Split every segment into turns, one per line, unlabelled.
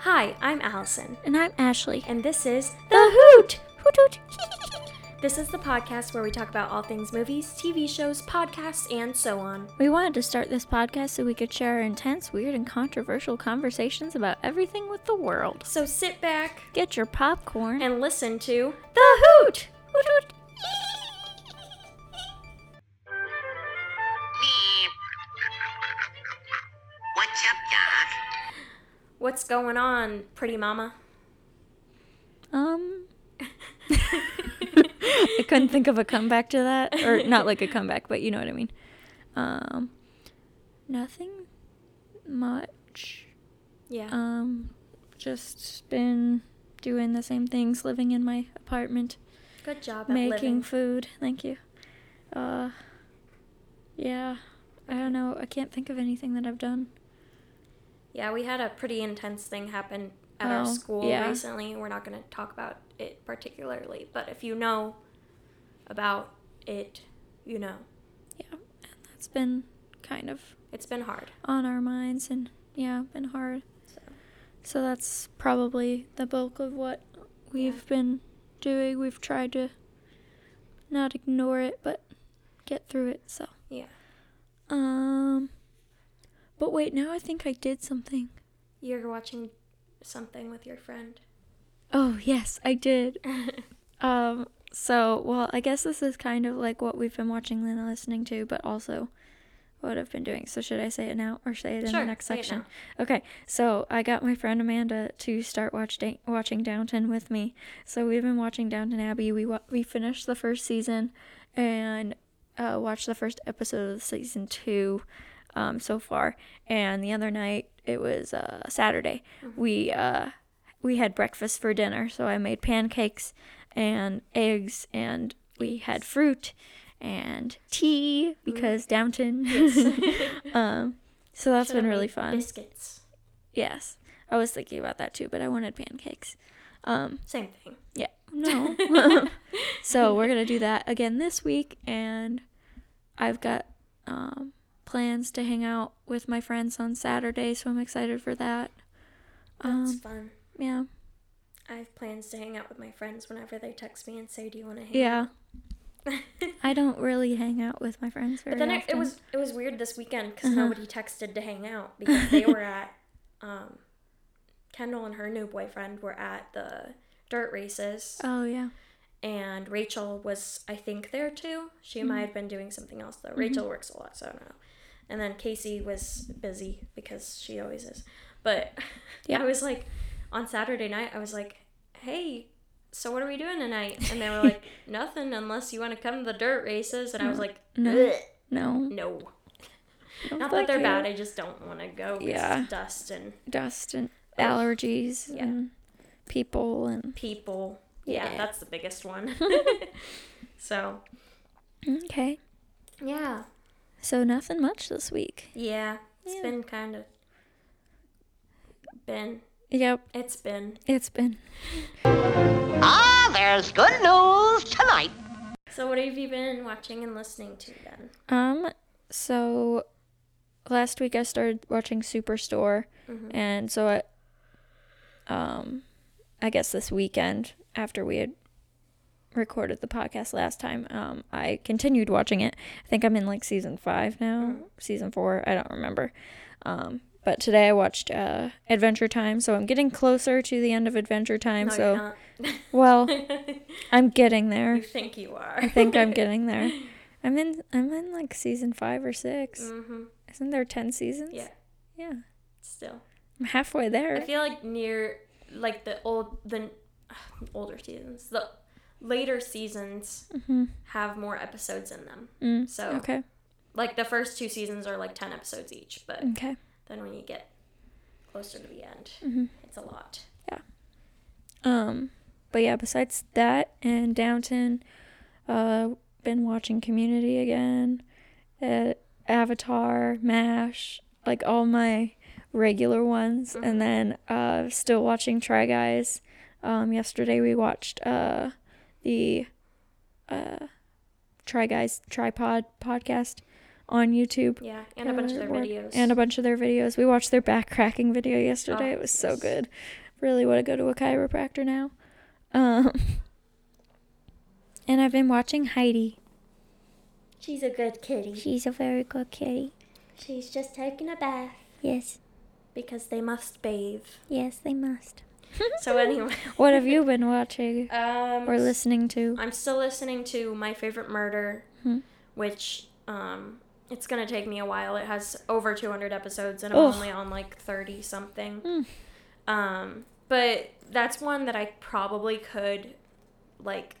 Hi, I'm Allison,
And I'm Ashley.
and this is
The Hoot! Hoot Hoot!
this is the podcast where we talk about all things movies, TV shows, podcasts, and so on.
we wanted to start this podcast so we could share our intense, weird, and controversial conversations about everything with the world.
So sit back
Get your popcorn.
and listen to
The Hoot! Hoot Hoot!
Meep. What's up, Doc?
what's going on, pretty mama.
Um. I couldn't think of a comeback to that. Or not like a comeback, but you know what I mean. Um. Nothing much.
Yeah.
Um, just been doing the same things, living in my apartment,
Good job at
making
living.
food. Thank you. Uh, yeah, I don't know. I can't think of anything that I've done.
Yeah, we had a pretty intense thing happen at our
Oh,
school
yeah.
recently. We're not going to talk about it particularly, but if you know about it, you know.
Yeah, and that's been kind of
It's been hard.
on our minds, and yeah, been hard.
So.
So that's probably the bulk of what we've
Yeah.
been doing. We've tried to not ignore it, but get through it. So.
Yeah.
Um. But wait, now I think I did something.
You're watching something with your friend.
Oh yes, I did. um. So well, I guess this is kind of like what we've been watching and listening to, but also what I've been doing. So should I say it now or say it in
Sure,
the next
say it now.
section? Okay. So I got my friend Amanda to start watch da- watching Downton with me. So we've been watching Downton Abbey. We wa- we finished the first season, and uh, watched the first episode of season two um, so far. And the other night, it was uh, Saturday. We uh, we had breakfast for dinner, so I made pancakes and eggs, and we had fruit and tea because Downton. um, so that's
Should've
been really
made
fun.
Biscuits.
yes, I was thinking about that too, but I wanted pancakes. Um,
Same thing.
yeah. No. so we're gonna do that again this week, and I've got um, plans to hang out with my friends on Saturday, so I'm excited for that.
That's
Um,
fun.
yeah,
I have plans to hang out with my friends whenever they text me and say, "Do you want to hang?"
yeah.
out?"
I don't really hang out with my friends very
but then it,
often.
it was it was weird this weekend because
Uh-huh.
nobody texted to hang out because they were at um, Kendall and her new boyfriend were at the dirt races,
Oh yeah.
and Rachel was I think there too. She
Mm-hmm.
might have been doing something else though. Rachel works a lot, so I don't know. And then Casey was busy because she always is. But
Yeah.
I was like, on Saturday night, I was like, hey, so what are we doing tonight? And they were like, nothing unless you want to come to the dirt races. And I was like,
Mm-hmm. No.
"Ugh,
No.
no.
no,
Not that
thank
they're
you.
bad. I just don't want to go. 'cause
Yeah.
Dust and
Dust and allergies
Oh, Yeah.
and people and
people. Yeah,
Yeah.
that's the biggest one. so,
okay.
yeah.
So nothing much this week.
Yeah. it's
Yeah.
been kind of. Been.
Yep,
It's been.
it's been
Ah, there's good news tonight.
So, what have you been watching and listening to then?
Um, so last week I started watching Superstore,
Mm-hmm.
and so I, um, I guess this weekend after we had recorded the podcast last time, um, I continued watching it. I think I'm in like season five now,
Mm-hmm.
season four. I don't remember. Um, but today I watched uh, Adventure Time, so I'm getting closer to the end of Adventure Time.
No,
so
you're not.
well, I'm getting there.
you think you are.
I think I'm getting there. I'm in I'm in like season five or 6
hmm
Isn't there ten seasons?
Yeah,
Yeah.
still.
I'm halfway
I
there.
feel like near like the old the older seasons, the later seasons
Mhm.
have more episodes in them.
Mm,
So
Okay.
like the first two seasons are like ten episodes each, but
Okay.
then when you get closer to the end,
Mm-hmm.
it's a lot.
Um but yeah, besides that and Downton, uh been watching Community again, uh, Avatar, MASH, like all my regular ones and then uh still watching Try Guys. Um yesterday we watched uh the uh Try Guys tripod podcast on YouTube.
Yeah, and a bunch of their
work-
videos.
And a bunch of their videos. We watched their back cracking video yesterday.
Oh,
it was so
yes.
good. Really want to go to a chiropractor now. Um, and I've been watching Heidi.
She's a good kitty.
She's a very good kitty.
She's just taking a bath.
Yes,
because they must bathe.
yes, they must.
So anyway,
What have you been watching
um,
or listening to?
I'm still listening to My Favorite Murder,
Hmm.
which um, it's gonna take me a while. It has over 200 episodes, and I'm
Ugh.
only on like 30 something.
Hmm.
Um, but that's one that I probably could like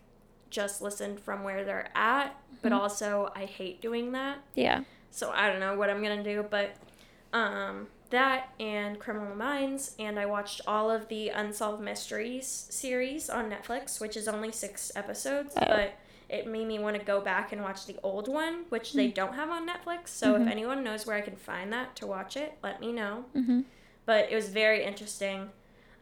just listen from where they're at. But
Mhm.
also, I hate doing that.
Yeah.
So I don't know what I'm gonna do, but um, that and Criminal Minds, and I watched all of the Unsolved Mysteries series on Netflix, which is only six episodes,
Oh.
but it made me want to go back and watch the old one, which they
Mm-hmm.
don't have on Netflix. So if
Mhm.
anyone knows where I can find that to watch it, let me know.
Mm-hmm.
But it was very interesting.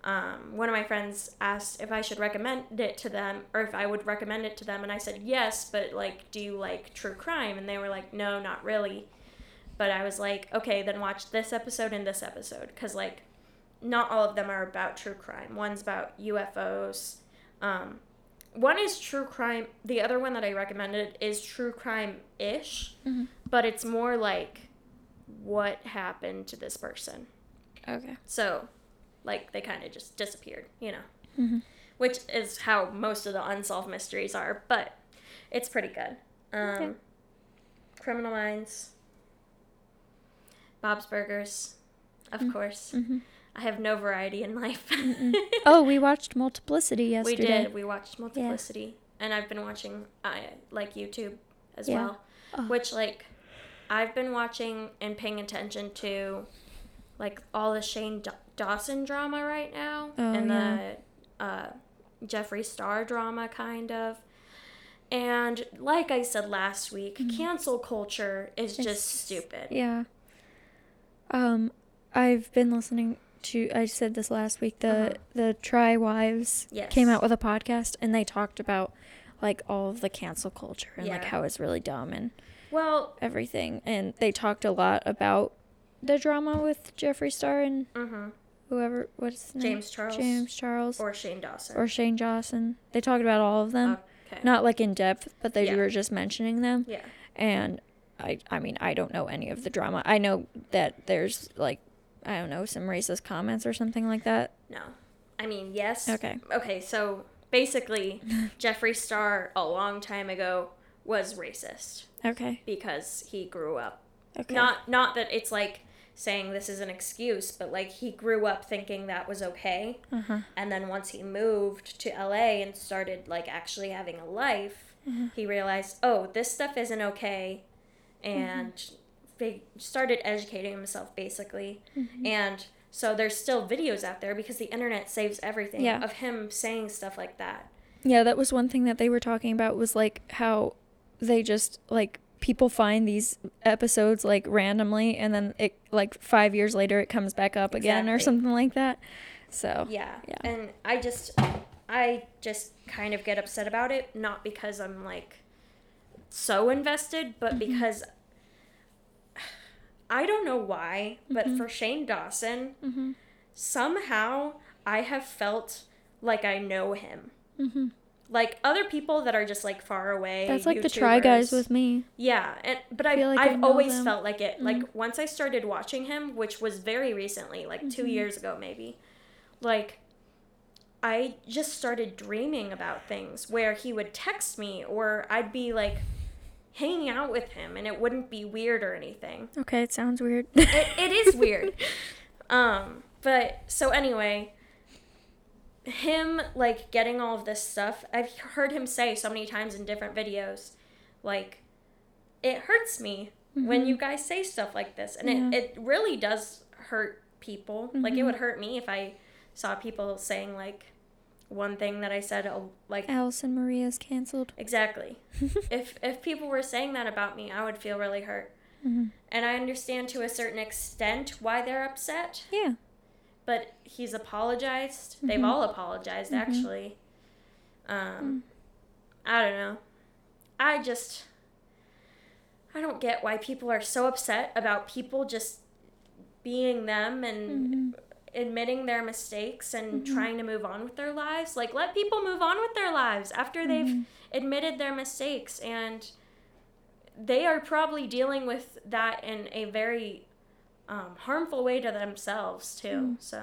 Um, one of my friends asked if I should recommend it to them or if I would recommend it to them, and I said yes, but like, do you like true crime? And they were like, no, not really but I was like, okay, then watch this episode and this episode because like, not all of them are about true crime. One's about UFOs. Um, one is true crime. The other one that I recommended is true crime ish,
Mhm.
but it's more like what happened to this person.
Okay.
So, like, they kind of just disappeared, you know,
Mhm.
which is how most of the unsolved mysteries are, but it's pretty good. Um,
Okay.
Criminal Minds, Bob's Burgers, of course.
mhm.
I have no variety in life.
Oh, we watched Multiplicity
we
yesterday.
did. We watched Multiplicity, and I've been watching uh, like YouTube as
Yeah.
well,
Oh.
which like I've been watching and paying attention to like all the Shane Daw- Dawson drama right now
Oh,
and the uh, Jeffree Star drama kind of. And like I said last week, cancel culture is
Mm-hmm. It's-
just stupid.
Yeah. Um, I've been listening to. I said this last week. The
Uh-huh.
the Try Wives
Yes.
came out with a podcast, and they talked about like all of the cancel culture and like
Yeah.
how it's really dumb and
Well,
everything. And they talked a lot about the drama with Jeffree Star and
hmm
whoever. What's his name?
James Charles.
James Charles or,
or Shane Dawson.
Shane Dawson. They talked about all of them.
okay.
Not like in depth, but they
Yeah.
were just mentioning them.
Yeah.
and I I mean I don't know any of the drama. I know that there's like I don't know some racist comments or something like that.
No. I mean, yes.
Okay.
Okay, so basically, Jeffree Star a long time ago was racist
Okay.
because he grew up.
Okay.
Not not that it's like saying this is an excuse, but like he grew up thinking that was okay.
uh-huh.
And then once he moved to LA and started like actually having a life,
Mm-hmm.
he realized, "Oh, this stuff isn't okay." And they started educating himself basically.
Mm-hmm.
And so there's still videos out there because the internet saves everything
Yeah.
of him saying stuff like that.
Yeah, that was one thing that they were talking about was like how they just like people find these episodes like randomly and then it like 5 years later it comes back up again or
Exactly.
something like that. So,
Yeah.
Yeah.
And I just I just kind of get upset about it not because I'm like so invested, but
Mm-hmm.
because I don't know why, but
Mm-hmm.
for Shane Dawson,
Mhm.
somehow I have felt like I know him.
Mhm.
Like other people that are just like far away.
that's like the try guys
YouTubers.
with me.
Yeah, and but I
feel
have
like I
I've
know
always
them. Mm-hmm.
felt like it. Like once I started watching him, which was very recently, like 2
Mm-hmm.
years ago maybe. Like I just started dreaming about things where he would text me or I'd be like hanging out with him and it wouldn't be weird or anything.
Okay, it sounds weird.
It, it is weird. um, but so anyway, him like getting all of this stuff, I've heard him say so many times in different videos, like, it hurts me when you guys say stuff like this. And
Yeah.
it, it really does hurt people. Like, it would hurt me if I saw people saying, like, one thing that I said, oh, like,
Allison Maria's canceled.
Exactly. if if people were saying that about me, I would feel really hurt.
Mhm.
And I understand to a certain extent why they're upset,
Yeah.
but he's apologized. They've all apologized actually. Um I don't know. I just I don't get why people are so upset about people just being them and admitting their mistakes and trying to move on with their lives. Like, let people move on with their lives after they've admitted their mistakes. And they are probably dealing with that in a very um, harmful way to themselves, too.
Hmm.
So,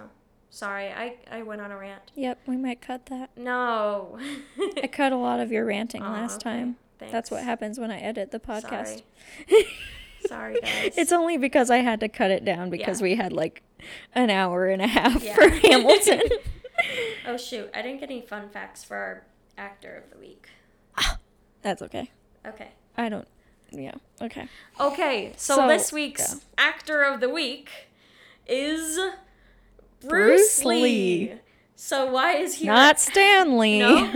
sorry, I, I went on a rant.
Yep, we might cut that.
No.
I cut a lot of your ranting
Aw,
last
Oh, okay.
time. That's what
Thanks.
happens when I edit the podcast.
Sorry, Sorry, guys.
It's only because I had to cut it down because
Yeah.
we had like an hour and a half
Yeah.
for Hamilton.
Oh shoot, I didn't get any fun facts for our actor of the week.
That's okay.
Okay.
I don't. Yeah. Okay.
Okay, so,
So,
this week's
go.
actor of the week is Bruce,
Bruce
Lee.
Lee.
So why is he
Not Stanley.
No?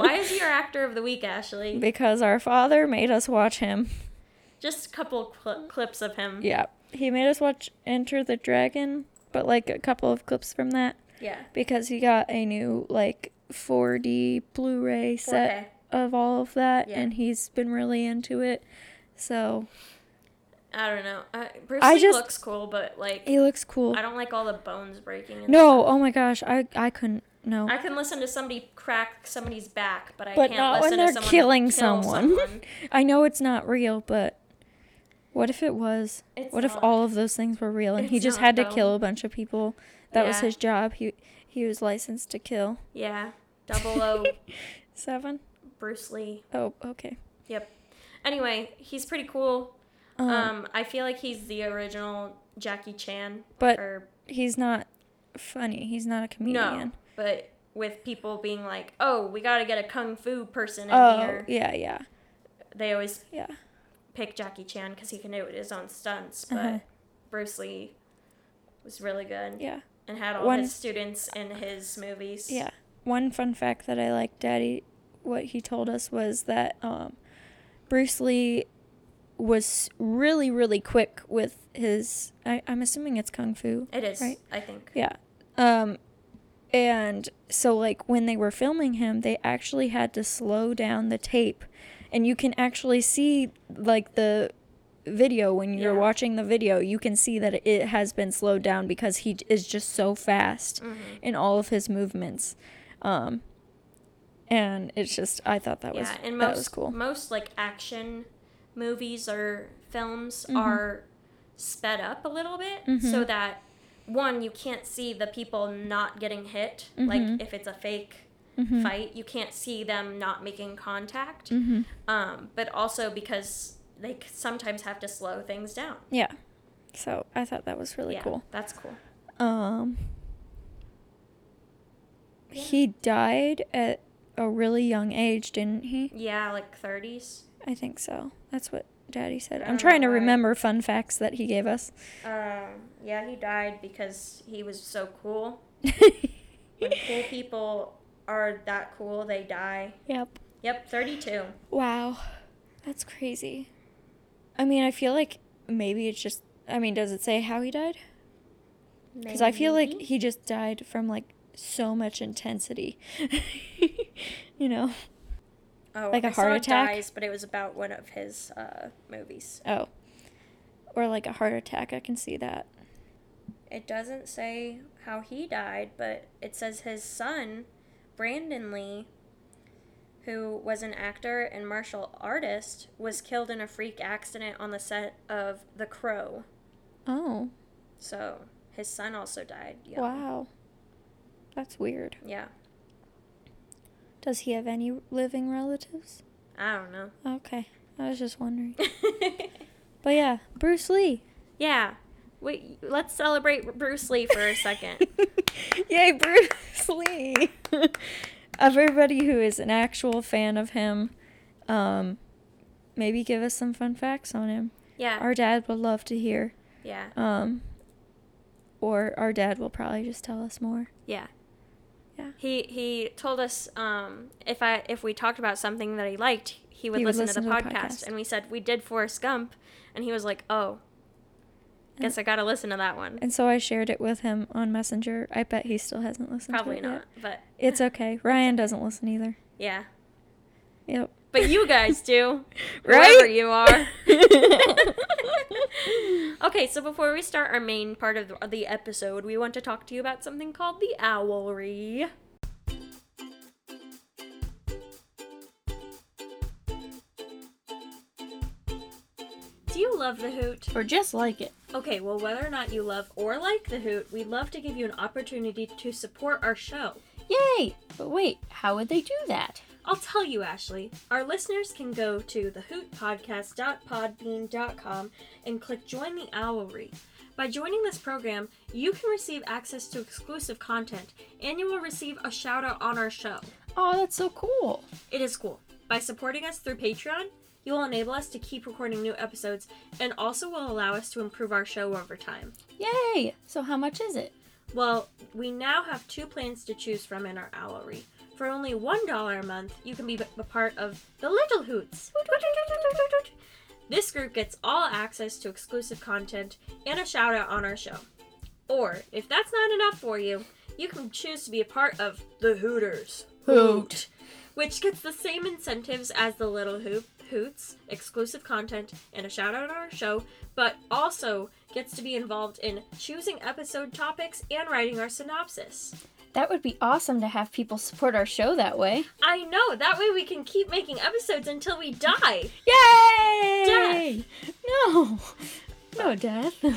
why is he our actor of the week, Ashley?
because our father made us watch him.
Just a couple cl- clips of him.
Yeah. He made us watch Enter the Dragon, but like a couple of clips from that
Yeah.
because he got a new like 4D Blu-ray set
4K.
of all of that
Yeah.
and he's been really into it. So,
I don't know. Uh, Bruce
I
Lee
just-
looks cool, but like
he looks cool.
I don't like all the bones breaking. and
No, oh my gosh, I I couldn't no.
I can listen to somebody crack somebody's back, but I
But
can't
not when
listen
they're
to someone
killing
kill
someone.
someone.
I know it's not real, but what if it was?
It's
what if
not.
all of those things were real and he
It's
just
not,
had to
though.
kill a bunch of people? That was
Yeah.
his job. He he was licensed to kill.
yeah. Double O
Seven?
Bruce Lee.
Oh, okay.
Yep. Anyway, he's pretty cool.
Um,
Um, I feel like he's the original Jackie Chan.
But
or,
he's not funny. He's not a
no,
comedian.
but with people being like, "Oh, we got to get a kung fu person in
oh,
here,"
yeah, yeah,
they always
yeah.
pick Jackie Chan because he can do his own stunts. But
Uh-huh.
Bruce Lee was really good
Yeah,
and had all
One-
his students in his movies.
yeah. One fun fact that I liked, Daddy, what he told us was that um, Bruce Lee was really, really quick with his. I, I'm assuming it's kung fu.
it is.
Right.
I think.
Yeah. Um and so like when they were filming him, they actually had to slow down the tape. And you can actually see like the video when you're
Yeah.
watching the video, you can see that it has been slowed down because he j- is just so fast
Mm-hmm.
in all of his movements. Um and it's just I thought that was
yeah, and
that
most
was cool.
most like action movies or films
Mm-hmm.
are sped up a little bit so that one you can't see the people not getting hit
Mm-hmm.
like if it's a fake fight you can't see them not making contact
Mm-hmm.
um, but also because they c- sometimes have to slow things down
yeah. So I thought that was really
yeah
cool.
that's cool
Um, he died at a really young age, didn't he?
yeah like 30s
I think so. That's what Daddy said.
I
I'm
don't
trying to
know why.
remember fun facts that he gave us.
um, yeah he died because he was so cool when cool people are that cool they die
yep.
Yep, 32.
Wow. That's crazy. I mean, I feel like maybe it's just. I mean, does it say how he died? Because I feel like
Maybe.
he just died from like so much intensity. you know?
oh,
like a
I saw
heart attack?
Dies, but it was about one of his uh, movies.
Oh. Or like a heart attack. I can see that.
It doesn't say how he died, but it says his son, Brandon Lee, who was an actor and martial artist, was killed in a freak accident on the set of The Crow.
Oh.
So his son also died. young.
Wow. That's weird.
Yeah.
Does he have any living relatives?
I don't know.
Okay. I was just wondering. But yeah, Bruce Lee.
yeah. Wait, let's celebrate Bruce Lee for a second.
Yay, Bruce Lee. Everybody who is an actual fan of him, um, maybe give us some fun facts on him.
Yeah.
Our dad would love to hear.
Yeah.
Um, or our dad will probably just tell us more.
Yeah.
Yeah.
He he told us um, if I if we talked about something that he liked, he would, listen, to, the, podcast.
podcast.
And we said we did Forrest Gump, and he was like, "Oh, guess I gotta listen to that one."
And so I shared it with him on Messenger. I bet he still hasn't listened
Probably
to it yet.
not, but
It's okay. Ryan doesn't listen either.
yeah.
Yep.
but you guys do,
Right?
Wherever you are. okay, so before we start our main part of the- the episode, we want to talk to you about something called the owlry. Do you love the hoot?
or just like it.
Okay, well, whether or not you love or like the hoot, we'd love to give you an opportunity to support our show.
Yay! But wait, how would they do that?
I'll tell you, Ashley. Our listeners can go to thehootpodcast.podbean.com and click Join the Owlry. By joining this program, you can receive access to exclusive content, and you will receive a shout out on our show.
Oh, that's so cool.
It is cool. By supporting us through Patreon, you will enable us to keep recording new episodes and also will allow us to improve our show over time.
Yay! So how much is it?
Well, we now have two plans to choose from in our owlry. For only $1 a month, you can be b- a part of the Little Hoots. This group gets all access to exclusive content and a shout out on our show. Or, if that's not enough for you, you can choose to be a part of the Hooters.
Hoot.
Which gets the same incentives as the Little Hoop Hoots, exclusive content, and a shout out on our show, but also gets to be involved in choosing episode topics and writing our synopsis.
That would be awesome to have people support our show that way.
I know, that way we can keep making episodes until we die.
Yay! No. No death.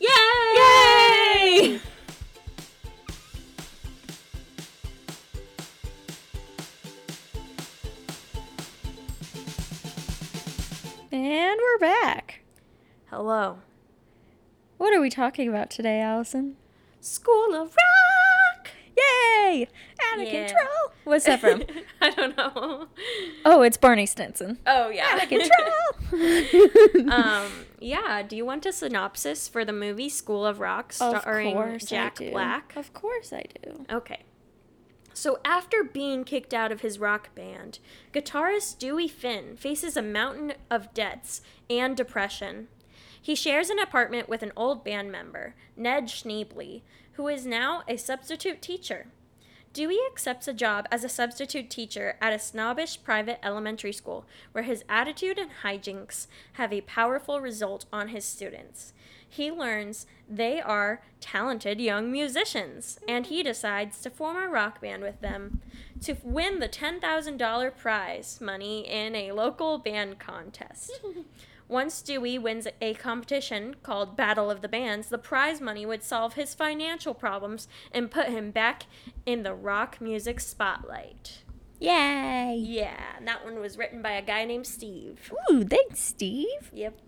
Yay!
Yay! And we're back.
Hello.
What are we talking about today, Allison?
School of Rock!
Yay! Out of
Yeah.
control. What's that from?
I don't know.
oh, it's Barney Stinson.
Oh, yeah.
Out of control.
um, yeah, do you want a synopsis for the movie School of Rock starring Jack Black?
Of course I do.
Okay. So, after being kicked out of his rock band, guitarist Dewey Finn faces a mountain of debts and depression. He shares an apartment with an old band member, Ned Schneebly, who is now a substitute teacher. Dewey accepts a job as a substitute teacher at a snobbish private elementary school where his attitude and hijinks have a powerful result on his students. He learns they are talented young musicians and he decides to form a rock band with them to win the $10,000 prize money in a local band contest. Once Dewey wins a competition called Battle of the Bands, the prize money would solve his financial problems and put him back in the rock music spotlight.
Yay!
Yeah, and that one was written by a guy named Steve.
Ooh, thanks, Steve.
Yep.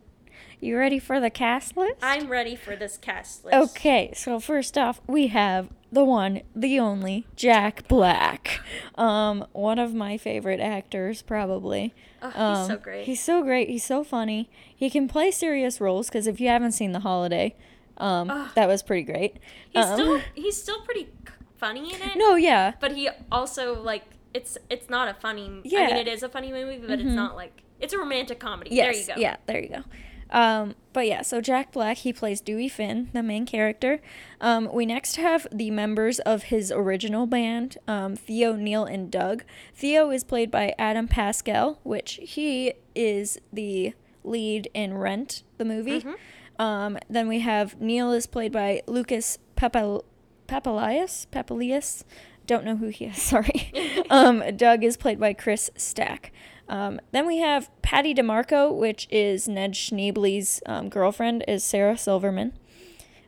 You ready for the cast list?
I'm ready for this cast list.
Okay, so first off, we have the one, the only Jack Black. Um, one of my favorite actors, probably.
Oh, he's
Um,
so great.
He's so great. He's so funny. He can play serious roles because if you haven't seen The Holiday, um, that was pretty great.
He's
Um,
still he's still pretty c- funny in it.
no, yeah,
But he also like it's it's not a funny I
Yeah. Mm-hmm.
mean it is a funny movie, but it's not like it's a romantic comedy.
Yes.
there you go.
Yeah, there you go. Um, but yeah, so Jack Black, he plays Dewey Finn, the main character. Um, we next have the members of his original band, um, Theo, Neil, and Doug. Theo is played by Adam Pascal, which he is the lead in Rent, the movie.
Mm-hmm.
Um, then we have Neil is played by Lucas Papal- Papalias. Papalias. Don't know who he is, sorry. um, Doug is played by Chris Stack. Um, then we have Patty DeMarco, which is Ned Schneebly's um, girlfriend, is Sarah Silverman.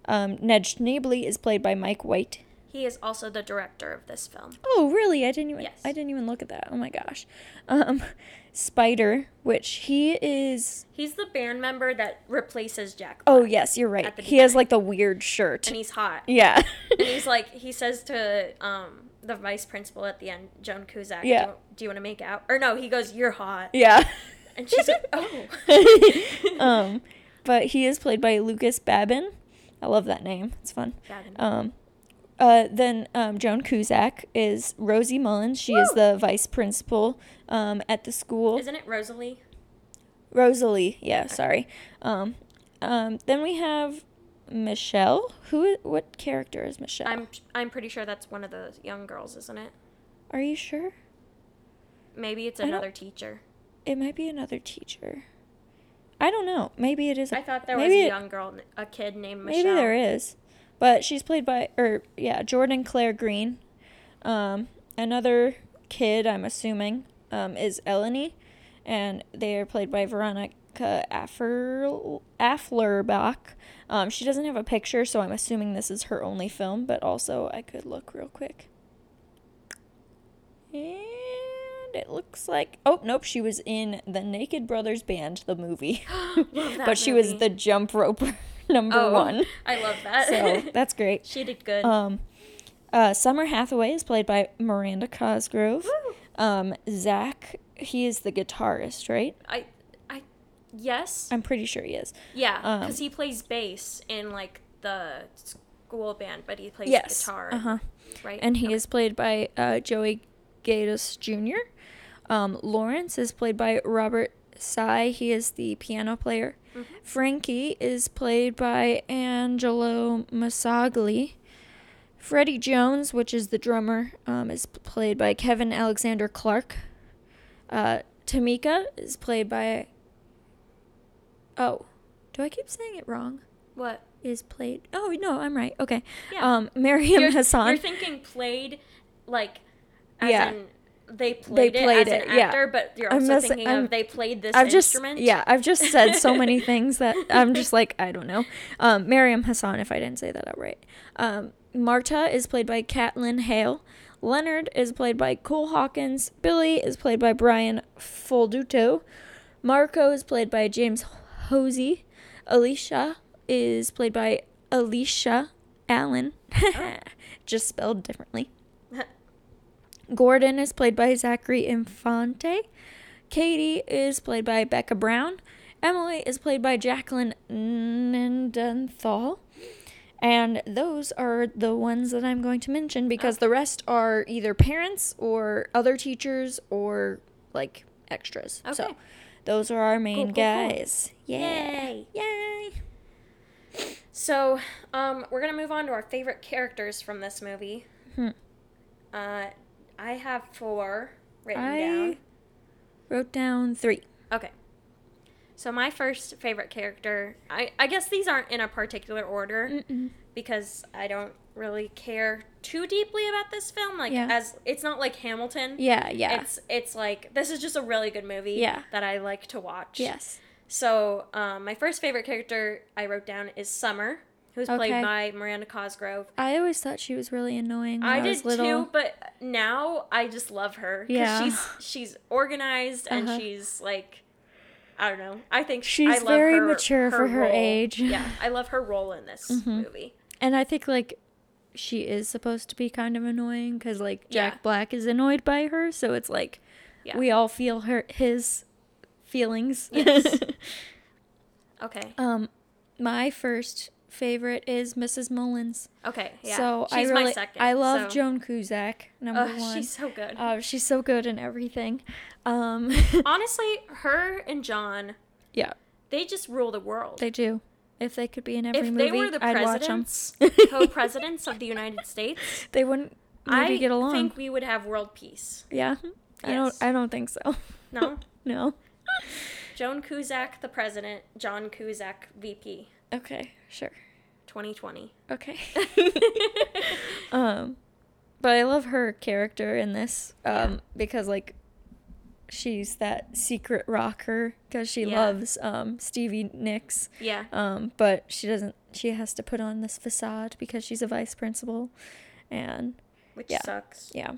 Um, Ned Schneebly is played by Mike White.
He is also the director of this film.
Oh, really? I didn't even
Yes.
I didn't even look at that. Oh my gosh. Um, Spider, which he is.
He's the band member that replaces Jack.
Oh yes, you're right.
At the
He has like the weird shirt.
and he's hot.
yeah.
And he's like, he says to um, the vice principal at the end, Joan Kuzak, do
Yeah.
you- do, you want to make out? Or no, he goes, you're hot.
yeah.
And she's like, oh.
um, but he is played by Lucas Babin. I love that name. It's fun.
Babin.
Um, uh, then um, Joan Kuzak is Rosie Mullins. She is the vice principal um, at the school.
Isn't it Rosalie?
Rosalie, yeah, sorry. Um, um, then we have Michelle. Who? What character is Michelle?
I'm I'm pretty sure that's one of the young girls, isn't it?
Are you sure?
Maybe it's
don't-
another teacher.
It might be another teacher. I don't know. Maybe it is.
I thought there was
maybe
a
it-
young girl, a kid named
Maybe
Michelle.
there is, but she's played by or yeah Jordan Claire Green. Um, another kid I'm assuming um, is Eleni, and they are played by Veronica Affer- Afflerbach. Um, she doesn't have a picture, so I'm assuming this is her only film. But also, I could look real quick. And it looks like oh nope, she was in the Naked Brothers Band, the movie,
Love that
but she was
movie.
the jump roper number
Oh,
one.
I love that.
So that's great.
she did good.
Um, uh, Summer Hathaway is played by Miranda Cosgrove.
Woo.
Um, Zach, he is the guitarist, right?
I, I, yes,
I'm pretty sure he is.
yeah,
um,
because he plays bass in like the school band, but he plays
yes.
guitar,
Uh huh.
right?
And he
Okay.
is played by uh, Joey Gaius Jr. Um, Lawrence is played by Robert Sy. He is the piano player.
Mm-hmm.
Frankie is played by Angelo Masagli. Freddie Jones, which is the drummer, um, is p- played by Kevin Alexander Clark. Uh, Tamika is played by. Oh, do I keep saying it wrong?
what?
Is played. Oh no, I'm right. Okay.
Yeah.
Um, Mariam
You're,
Hassan.
you're thinking played, like, as
Yeah.
in they played,
played
it as
it,
an
yeah.
actor, but you're
I'm
also
miss-
thinking
I'm-
of they played this
I've just
instrument.
yeah, I've just said so many things that I'm just like I don't know. Um, Mariam Hassan, if I didn't say that outright. Um, Marta is played by Catelyn Hale. Leonard is played by Cole Hawkins. Billy is played by Brian Folduto. Marco is played by James Hosey. Alicia is played by Alicia Allen,
Oh.
just spelled differently. Gordon is played by Zachary Infante. Katie is played by Becca Brown. Emily is played by Jacqueline Nendenthal. And those are the ones that I'm going to mention because the rest are either parents or other teachers or like extras. So
Okay.
those are our main
cool, cool.
guys. Yeah.
Yay.
Yay.
So, um, we're gonna move on to our favorite characters from this movie.
Hmm.
Uh, I have four written
I
down.
wrote down three.
Okay. So my first favorite character, I, I guess these aren't in a particular order because I don't really care too deeply about this film. Like
Yeah.
as it's not like Hamilton.
Yeah, yeah.
It's it's like this is just a really good movie
Yeah.
that I like to watch.
yes.
So um, my first favorite character I wrote down is Summer, who's
Okay.
played by Miranda Cosgrove.
I always thought she was really annoying when I,
I
was
did
little.
too, but now I just love her. 'cause
Yeah.
she's she's organized and
Uh-huh.
she's like, I don't know. I think
She's
I love
very
her-
mature for her
role.
age. Mm-hmm.
Yeah, I love her role in this movie.
And I think like she is supposed to be kind of annoying because like Jack
Yeah.
Black is annoyed by her, so it's like
Yeah.
we all feel her his feelings.
Yes. Okay.
um, my first favorite is Mrs. Mullins.
Okay. Yeah.
So
she's
I really
my second.
I love
so.
Joan Kuzak number
Ugh,
one.
she's so good.
Uh, she's so good in everything. Um,
Honestly, her and John,
yeah,
they just rule the world.
they do. If they could be in every
if
movie,
they were the
I'd watch them.
presidents, co-presidents of the United States,
They wouldn't maybe
I
get along.
think we would have world peace.
yeah, I don't.
Yes.
I don't think so.
No?
no.
Joan Kuzak, the president, John Kuzak, VP,
Okay, sure.
2020.
Okay. um but I love her character in this um because like she's that secret rocker cuz she
Yeah.
loves um Stevie Nicks.
yeah.
Um but she doesn't she has to put on this facade because she's a vice principal and
Which
yeah.
sucks.
yeah.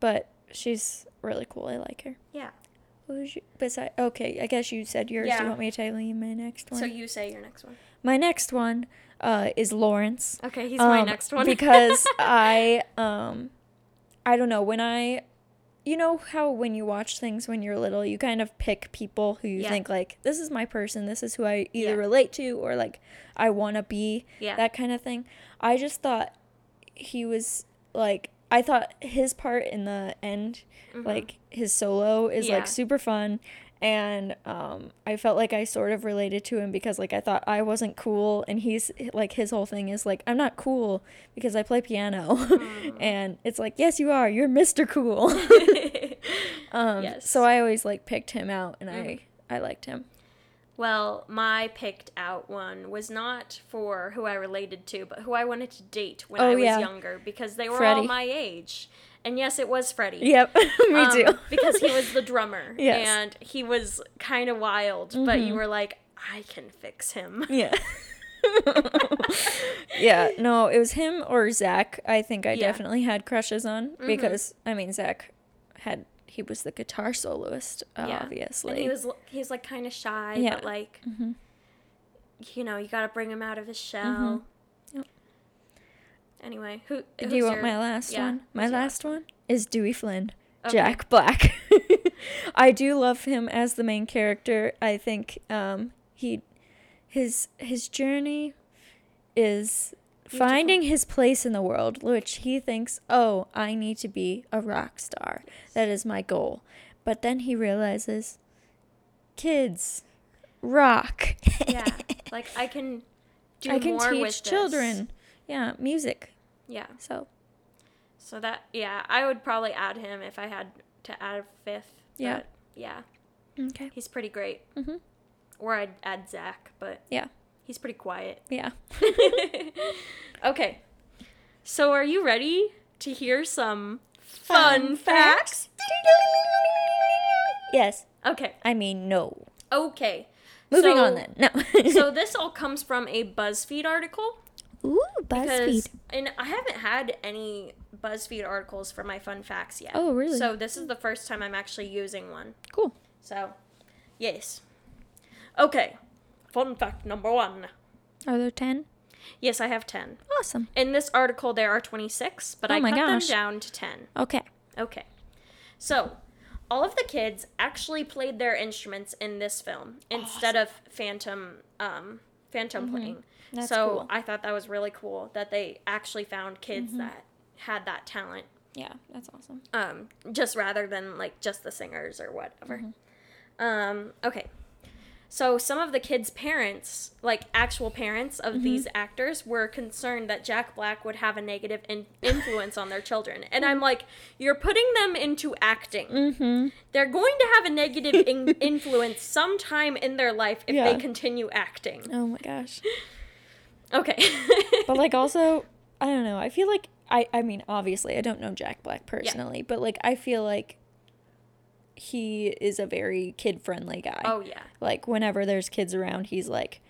But she's really cool. I like her.
Yeah.
What was you, beside, okay, I guess you said yours. Do
Yeah.
you want me to tell you my next one?
So you say your next one.
my next one uh, is Lawrence.
Okay, he's my
Um,
next one.
because I um I don't know when I you know how when you watch things when you're little you kind of pick people who you
Yeah.
think like this is my person this is who I either
Yeah.
relate to or like I want to be
Yeah.
that kind of thing. I just thought he was like I thought his part in the end like his solo is
Mm-hmm. Yeah.
like super fun and um I felt like I sort of related to him because like I thought I wasn't cool and he's like his whole thing is like I'm not cool because
Mm.
I play piano and it's like yes you are you're Mr. Cool Um,
Yes.
So I always like picked him out, and
Mm.
I I liked him.
Well, my picked out one was not for who I related to, but who I wanted to date when I
Oh,
was
yeah.
younger because they were all
Freddie.
my age. And yes, it was Freddie.
Yep, me
Um,
too.
because he was the drummer.
Yes. Mm-hmm.
And he was kind of wild, but you were like, I can fix him.
yeah. yeah, no, it was him or Zach. I think I
Yeah. Mm-hmm.
definitely had crushes on because I mean Zach had he was the guitar soloist,
Yeah.
obviously.
And he was l- he was like kind of shy,
Yeah. Mm-hmm.
but like you know, you got to bring him out of his shell.
Mm-hmm. Yep.
Anyway, who
Do you want my last one? My last one is Dewey Flynn,
Okay.
Jack Black. I do love him as the main character. I think um, he his his journey is finding his place in the world, which he thinks, "Oh, I need to be a rock star. That is my goal." But then he realizes kids rock.
yeah. Like I can do
I can
more
teach
with this.
children. Yeah, music.
Yeah.
So,
So that yeah, I would probably add him if I had to add a fifth.
Yeah.
but yeah.
okay.
He's pretty great.
Mhm.
Or I'd add Zach, but
Yeah.
he's pretty quiet.
Yeah.
okay. So are you ready to hear some fun, facts?
Yes.
Okay.
I mean, no.
Okay.
Moving
So-
on then. No.
so this all comes from a BuzzFeed article.
ooh,
because and I haven't had any BuzzFeed articles for my fun facts yet.
Oh, really?
So this is the first time I'm actually using one.
Cool.
So, yes. Okay. Fun fact number 1.
Are there ten?
Yes, I have 10.
Awesome.
In this article there are 26, but
Oh
I
my
cut
gosh.
them down to 10.
Okay.
Okay. So, all of the kids actually played their instruments in this film instead of Phantom um, Phantom playing.
Mm-hmm. That's
so
cool. Mm-hmm.
I thought that was really cool that they actually found kids that had that talent,
Yeah, that's awesome.
um, just rather than like just the singers or whatever.
Mm-hmm.
Um, okay. So some of the kids' parents, like actual parents of
Mm-hmm.
these actors, were concerned that Jack Black would have a negative in- influence on their children. And
Mm-hmm.
I'm like, you're putting them into acting. They're going to have a negative in- influence sometime in their life if
Yeah.
they continue acting.
Oh my gosh.
Okay.
But like, also, I don't know. I feel like I. I mean, obviously, I don't know Jack Black personally, but like, I feel like he is a very kid-friendly guy.
oh yeah.
Like whenever there's kids around, he's like,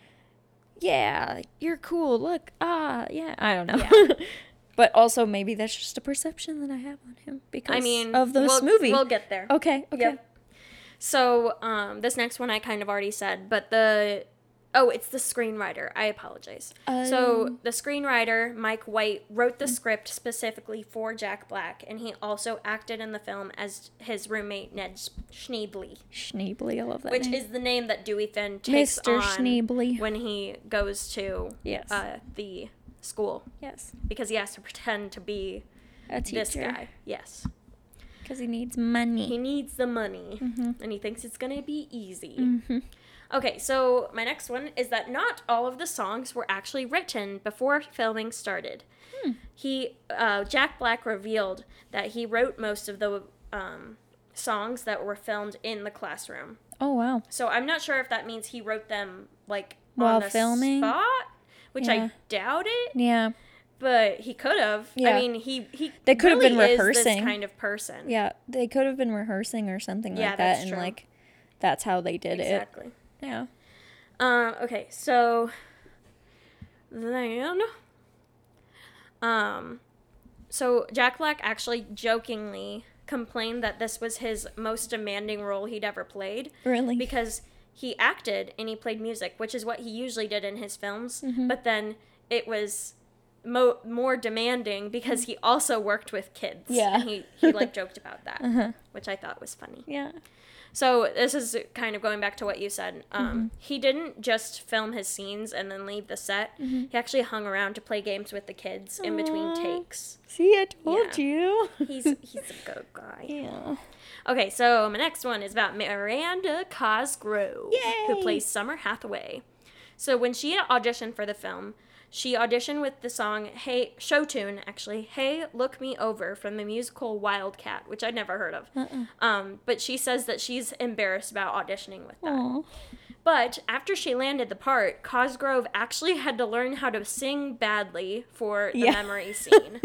"Yeah, you're cool. Look, ah, yeah." I don't know. but also maybe that's just a perception that I have on him because
I mean,
of this
we'll,
movie. Oh,
We'll get there.
okay. Okay.
Yep. So um, this next one I kind of already said, but the oh, it's the screenwriter. I apologize. so
Um.
the screenwriter Mike White wrote the script specifically for Jack Black, and he also acted in the film as his roommate Ned Schneebly,
Schneebly, I love that
which
name.
is the name that Dewey Finn takes
Mr.
on
Schneebly.
when he goes to
Yes.
uh, the school
yes,
because he has to pretend to be
a teacher.
this guy. Yes.
because he needs
He
money.
needs the money
Mm-hmm.
and he thinks it's going to be easy. Okay, so my next one is that not all of the songs were actually written before filming started.
Hmm.
He uh, Jack Black revealed that he wrote most of the um, songs that were filmed in the classroom.
Oh wow,
So I'm not sure if that means he wrote them like
While
on the
filming?
spot, which
Yeah.
I doubt it,
yeah,
but he could have.
Yeah.
I mean, he he
They could have
really
been
is this
rehearsing.
kind of person.
yeah. They could have been rehearsing or something
Yeah,
like that,
that's
and
true.
like that's how they did
exactly.
it. Yeah.
Um, okay, so then um so Jack Black actually jokingly complained that this was his most demanding role he'd ever played
Really.
because he acted and he played music, which is what he usually did in his films, but then it was mo- more demanding because he also worked with kids.
Yeah.
And he, he like joked about that, which I thought was funny.
yeah.
So this is kind of going back to what you said. Um, He didn't just film his scenes and then leave the set. He actually hung around to play games with the kids in between
Aw.
takes.
See, I told
Yeah.
you.
He's he's a good guy.
yeah.
Okay, so my next one is about Miranda Cosgrove, who
Yay!
plays Summer Hathaway. So when she auditioned for the film, She auditioned with the song Hey show tune actually Hey Look Me Over from the musical Wildcat, which I'd never heard of.
Uh-uh.
Um, but she says that she's embarrassed about auditioning with that.
Aw.
But after she landed the part, Cosgrove actually had to learn how to sing badly for the
Yeah.
memory scene.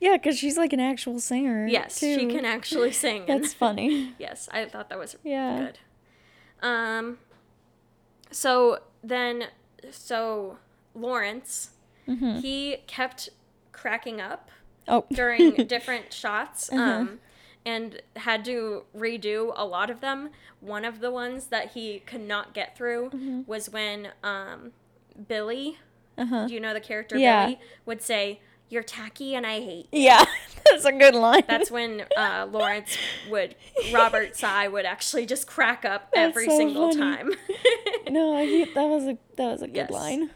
yeah, because she's like an actual singer.
yes, she
too.
can actually sing. in
That's funny.
Yes, I thought that was
Yeah.
good. Um, so then, so Lawrence,
Mm-hmm.
he kept cracking up
Oh,
during different shots.
Uh-huh.
Um, and had to redo a lot of them. One of the ones that he could not get through
Mm-hmm.
was when um, Billy,
Uh-huh.
do you know the character
Yeah.
Billy, would say, You're tacky and I hate
yeah, that's a good line.
that's when uh, Lawrence would, Robert Sy would actually just crack up
That's
every
so
single
funny.
time.
no, I hate, that was a that was a good
Yes.
line.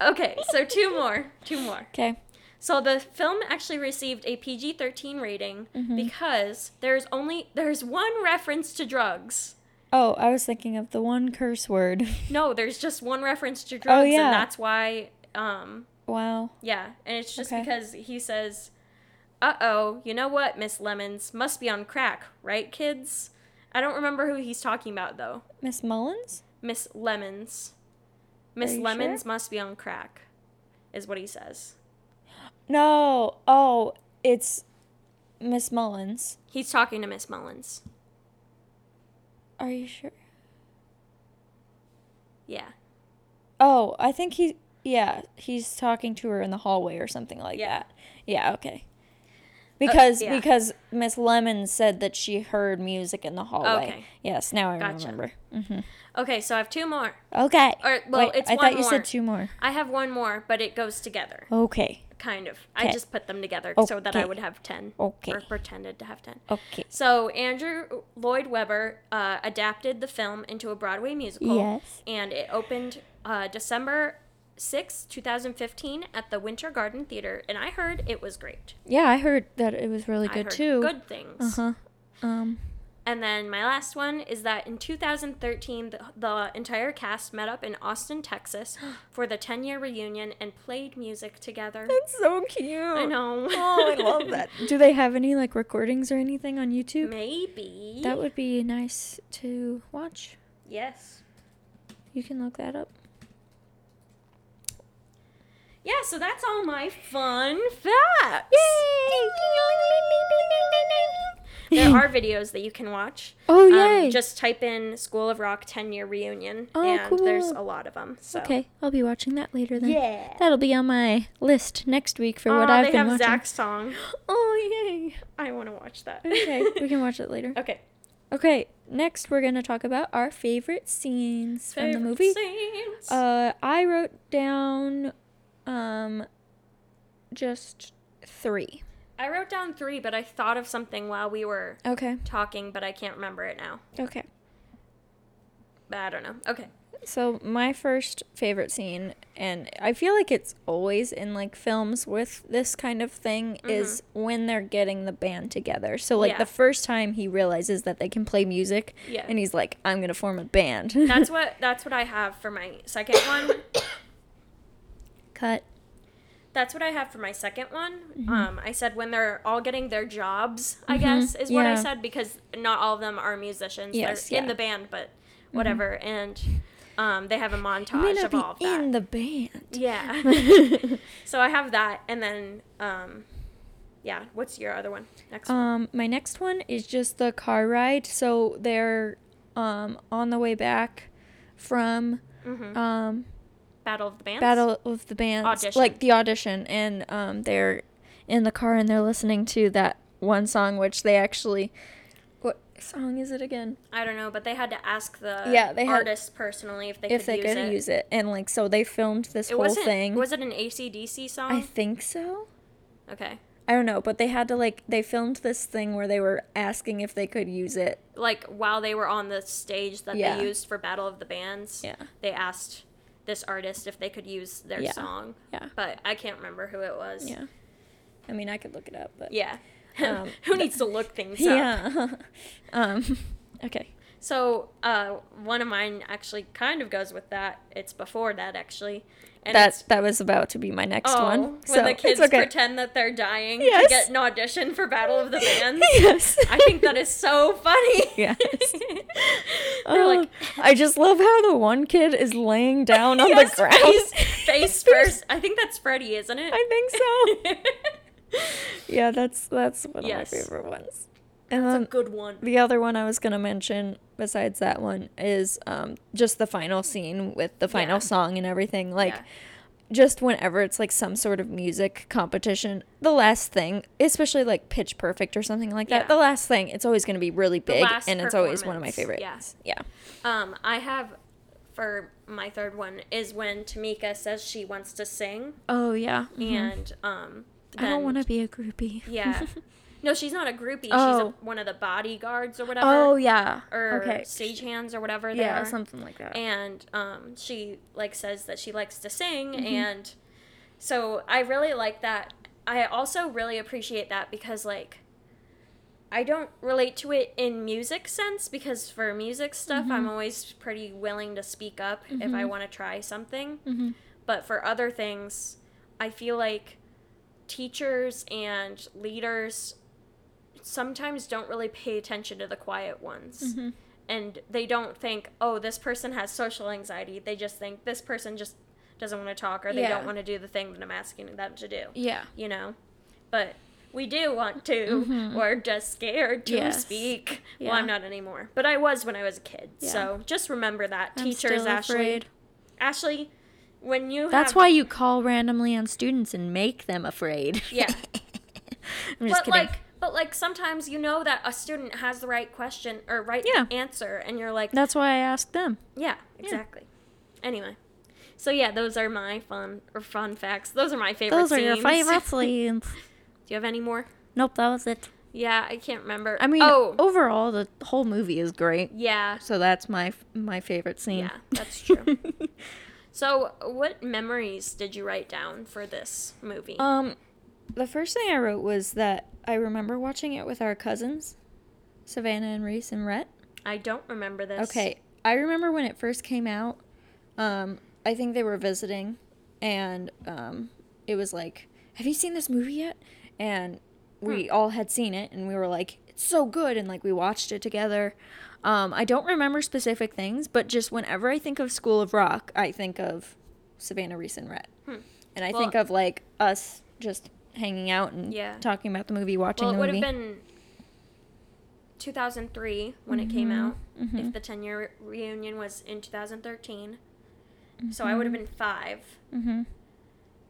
okay, so two more. Two more.
Okay.
So the film actually received a PG 13 rating
Mm-hmm.
because there's only, there's one reference to drugs.
Oh, I was thinking of the one curse word.
No, there's just one reference to drugs,
Oh, yeah.
and that's why, um,
wow.
yeah, and it's just
Okay.
because he says, uh oh, you know what, Miss Lemons? Must be on crack, right, kids? I don't remember who he's talking about though.
Miss Mullins?
Miss Lemons. Miss
you
Lemons must be on crack, is what he says.
No. Oh, it's Miss Mullins.
He's talking to Miss Mullins.
Are you sure?
Yeah.
Oh, I think he yeah, he's talking to her in the hallway or something like
Yeah. Uh,
that. Yeah, okay. Because
yeah.
because Miss Lemon said that she heard music in the hallway.
Okay.
Yes, now I
Gotcha.
remember.
Okay, so I have two more.
Okay.
Or, well, it's
I
one
thought you
more.
said two more.
I have one more, but it goes together,
Okay.
kind of. I
Okay.
just put them together so that I
Okay.
would have 10.
Okay.
Or pretended to have 10.
Okay.
So Andrew Lloyd Webber uh, adapted the film into a Broadway musical.
Yes.
And it opened uh, December 6th, 2015 at the Winter Garden Theater, and I heard it was great.
Yeah, I heard that it was really
I
good
heard
too.
Good things.
Uh-huh. Um
And then my last one is that in 2013, the, the entire cast met up in Austin, Texas for the 10 year reunion and played music together.
That's so cute.
I know.
Oh, I love that. Do they have any like recordings or anything on YouTube?
Maybe.
That would be nice to watch.
yes.
You can look that up.
Yeah, so that's all my fun facts. There are videos that you can watch.
Oh,
Um,
yay.
just type in School of Rock 10 year reunion,
Oh,
and there's
cool.
a lot of them. So.
Okay, I'll be watching that later then.
Yeah.
That'll be on my list next week for what
Aw, Oh,
I've
Ah, they
been
have
watching.
Zach's song.
Oh yay!
I want to watch that.
Okay, we can watch it later.
okay.
Okay, next we're gonna talk about our favorite scenes from the
Favorite
movie.
scenes.
Uh, I wrote down, um, just three.
I wrote down three, but I thought of something while we were
Okay.
talking, but I can't remember it now.
Okay.
But I don't know. Okay.
So my first favorite scene, and I feel like it's always in like films with this kind of thing, is when they're getting the band together. So like
Mm-hmm. Yeah.
the first time he realizes that they can play music,
Yeah.
and he's like, "I'm gonna form a band."
That's what that's what I have for my second one.
Cut.
That's what I have for my second one.
Mm-hmm.
Um, I said when they're all getting their jobs, I guess is what I
Yeah.
said because not all of them are musicians.
Yes,
they're in
yeah. Mm-hmm.
the band, but whatever. And um, they have a
May
montage
not
of all of
be
that.
in the band.
yeah. so I have that, and then um, yeah. What's your other one? Next one.
Um, my next one is just the car ride. So they're um on the way back from
Mm-hmm.
um
Battle of the Bands.
Battle of the Bands,
Audition.
like the audition, and um, they're in the car and they're listening to that one song, which they actually, what song is it again?
I don't know, but they had to ask the
Yeah, they had-
artist personally if they
if
could
they
use
could
it.
use it, and like so they filmed this
it
whole
wasn't.
thing.
Was it an ACDC song?
I think so.
okay,
I don't know, but they had to like they filmed this thing where they were asking if they could use it.
like while they were on the stage that
Yeah.
they used for Battle of the Bands,
Yeah.
they asked this artist if they could use their
Yeah.
song.
Yeah.
but I can't remember who it was.
Yeah, I mean I could look it up, but
yeah.
Um,
who needs to look things up?
yeah. um, okay.
So uh, one of mine actually kind of goes with that. It's before that actually. And
That
it's-
that was about to be my next
oh,
one.
when
so
the kids
it's okay.
pretend that they're dying
Yes.
to get an audition for Battle of the Bands.
yes.
I think that is so funny.
Yes.
They're like
Oh, I just love how the one kid is laying down on
Yes,
the ground.
face- face first. I think that's Freddy, isn't it?
I think so. Yeah, that's that's one
Yes.
of my favorite ones. And
That's
then
a good one.
the other one I was gonna mention besides that one is um, just the final scene with the final
Yeah.
song and everything. Like
Yeah.
just whenever it's like some sort of music competition, the last thing, especially like Pitch Perfect or something like that,
Yeah.
the last thing, it's always gonna be really big
last
and it's always one of my
performance,
favorites.
yeah.
yeah.
Um, I have for my third one is when Tamika says she wants to sing
Oh yeah.
and um
I don't
then-
want to be a groupie.
Yeah. No, she's not a groupie.
Oh.
She's a, one of the bodyguards or whatever.
Oh yeah.
Or
okay.
stagehands or whatever they
yeah,
are.
something like that.
and um, she like says that she likes to sing
Mm-hmm.
and so i really like that i also really appreciate that because like i don't relate to it in music sense because for music stuff
Mm-hmm.
i'm always pretty willing to speak up if i want to try something
Mhm.
but for other things i feel like teachers and leaders sometimes don't really pay attention to the quiet ones
Mm-hmm.
and they don't think, oh, this person has social anxiety. They just think this person just doesn't want to talk or they
Yeah.
don't want to do the thing that I'm asking them to do,
yeah.
you know? But we do want to. We're just scared to
Mm-hmm. Yes.
speak.
Yeah.
Well, I'm not anymore, but I was when I was a kid. So just remember that.
I'm
Teachers,
still
Ashley.
afraid.
Ashley, when you
That's
have,
why you call randomly on students and make them afraid.
Yeah.
I'm
but
just kidding.
like, but like sometimes you know that a student has the right question or right
Yeah.
answer, and you're like,
That's why I asked them.
Yeah, exactly. Anyway, so yeah, those are my fun or fun facts. Those are my favorite.
Those are your
scenes.
favorite scenes.
Do you have any more?
nope, that was it.
Yeah, I can't remember.
I mean,
oh,
overall, the whole movie is great.
yeah,
So that's my my favorite scene.
yeah, that's true. so, what memories did you write down for this movie?
Um, the first thing I wrote was that I remember watching it with our cousins, Savannah and Reese and Rhett.
I don't remember this.
Okay, I remember when it first came out. Um, I think they were visiting, and um, it was like, "Have you seen this movie yet?" And
Hmm.
we all had seen it, and we were like, "It's so good!" And like we watched it together. Um, I don't remember specific things, but just whenever I think of School of Rock, I think of Savannah Reese and Rhett, and I
Hmm. Well-
think of like us just hanging out and
Yeah.
talking about the movie, watching
Well, it
the
would
movie.
have been 2003 when it came
Mm-hmm.
out. If the 10 year reunion was in 2013, so I would
Mm-hmm.
have been five.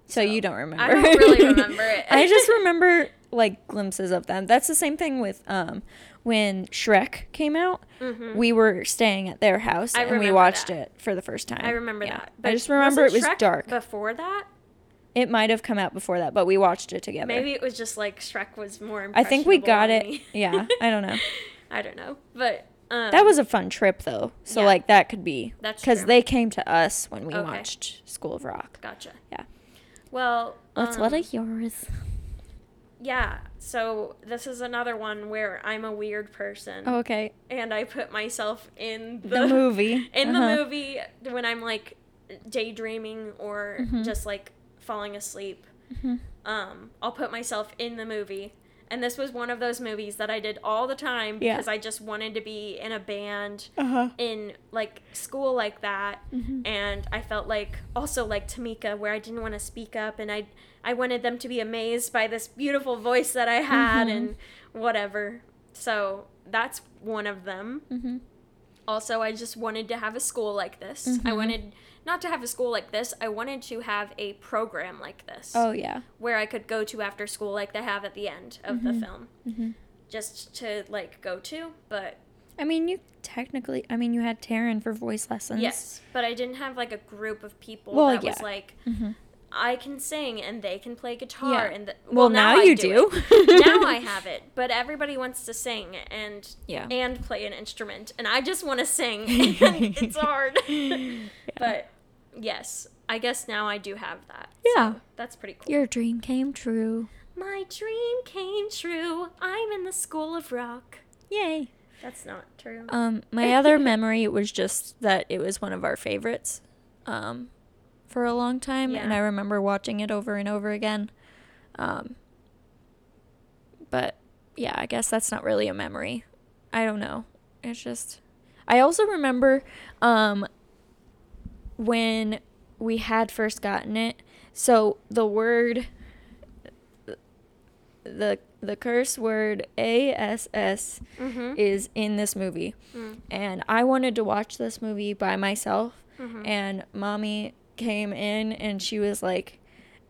So you don't remember.
Mm-hmm. I don't really remember it.
I just remember like glimpses of them. That's the same thing with um when Shrek came out. We were staying at their house
Mm-hmm. I
and we
remember
watched
that.
it for the first time.
I remember
Yeah.
that.
I just remember it was
wasn't Shrek
dark.
Before that,
It might have come out before that, but we watched it together.
maybe it was just like Shrek was more.
I think we got
impressionable
it.
than me.
yeah, I don't know.
I don't know, but um,
That was a fun trip though. So
Yeah.
like that could be
That's
cuz
true.
they came to us when we
Okay.
watched School of Rock.
gotcha.
Yeah.
Well,
What's
um,
what of yours?
yeah. So this is another one where I'm a weird person,
Oh, okay.
and I put myself in the,
The, movie.
in
Uh-huh.
the movie when I'm like daydreaming or
Mm-hmm.
just like falling asleep. Um, I'll put myself in the movie. And this was one of those movies that I did all the time
Yeah.
because I just wanted to be in a band
Uh-huh.
in like school like that and I felt like also like Tamika where I didn't want to speak up and I I wanted them to be amazed by this beautiful voice that I had and whatever. So that's one of them. Also, I just wanted to have a school like this. I wanted not to have a school like this. I wanted to have a program like this
Oh yeah.
where I could go to after school, like they have at the end of the film, just to like go to. But
I mean, you technically, I mean, you had Taryn for voice lessons.
yes, but I didn't have like a group of people
Well,
that was
yeah.
like,
Mm-hmm.
I can sing and they can play guitar.
Yeah.
And th-
Well, now
I
you do.
it. now I have it, but everybody wants to sing and
Yeah.
and play an instrument, and I just want to sing, and it's hard. But yes, I guess now I do have that.
Yeah.
so that's pretty cool.
Your dream came true.
My dream came true. I'm in the school of rock.
Yay.
That's not true.
Um, my other memory was just that it was one of our favorites um, for a long time, and
Yeah.
I remember watching it over and over again. Um, but yeah, I guess that's not really a memory. I don't know. It's just. I also remember um, when we had first gotten it. So the word, the the curse word ASS
Mhm.
is in this movie,
Mm.
and I wanted to watch this movie by myself.
Mm-hmm.
And mommy came in and she was like,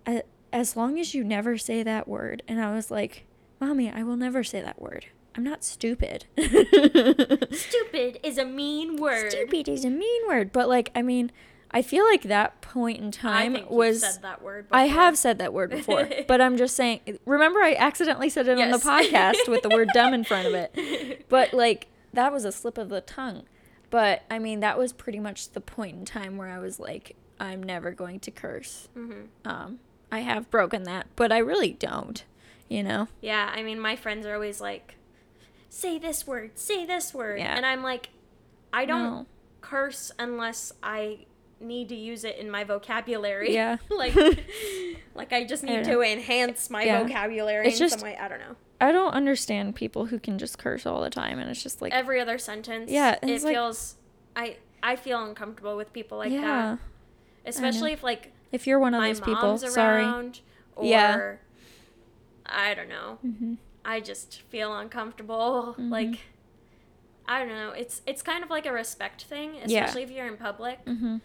"A- "As long as you never say that word," and I was like, "Mommy, I will never say that word. I'm not stupid."
Stupid is a mean word.
Stupid is a mean word, but like I mean, I feel like that point in
I
time
think you
was
said that word.
I
before.
have said that word before, but I'm just saying. Remember, I accidentally said it on
Yes.
the podcast with the word "dumb" in front of it. But like that was a slip of the tongue. But I mean, that was pretty much the point in time where I was like, I'm never going to curse.
Mm-hmm.
Um, I have broken that, but I really don't. You know,
Yeah, I mean, my friends are always like, say this word, say this word.
Yeah.
And I'm like, I don't
No.
curse unless I need to use it in my vocabulary.
Yeah.
like, like I just need
don't
to enhance my
Yeah.
vocabulary
It's
in
just-
some way. I don't know.
I don't understand people who can just curse all the time, and it's just like,
Every other sentence.
Yeah,
It
it's like-
feels, I, I feel uncomfortable with people like
yeah.
that. Especially if like
If you're one of
my
those
mom's
people, sorry.
around or
Yeah.
I don't know.
Mm-hmm.
I just feel uncomfortable. Like I don't know. It's it's kind of like a respect thing,
Yeah.
especially if you're in public.
Mhm.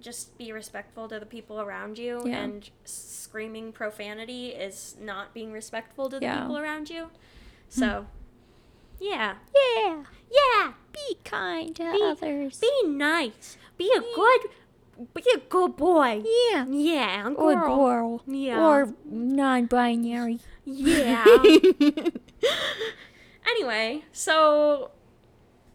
Just be respectful to the people around you
Yeah.
and screaming profanity is not being respectful to the
Yeah. Mm.
people around you. So yeah.
Yeah,
Yeah.
be kind to others.
Be nice. Be a good be a good boy.
yeah.
Yeah, girl.
or girl
Yeah.
or non-binary
Yeah. anyway, so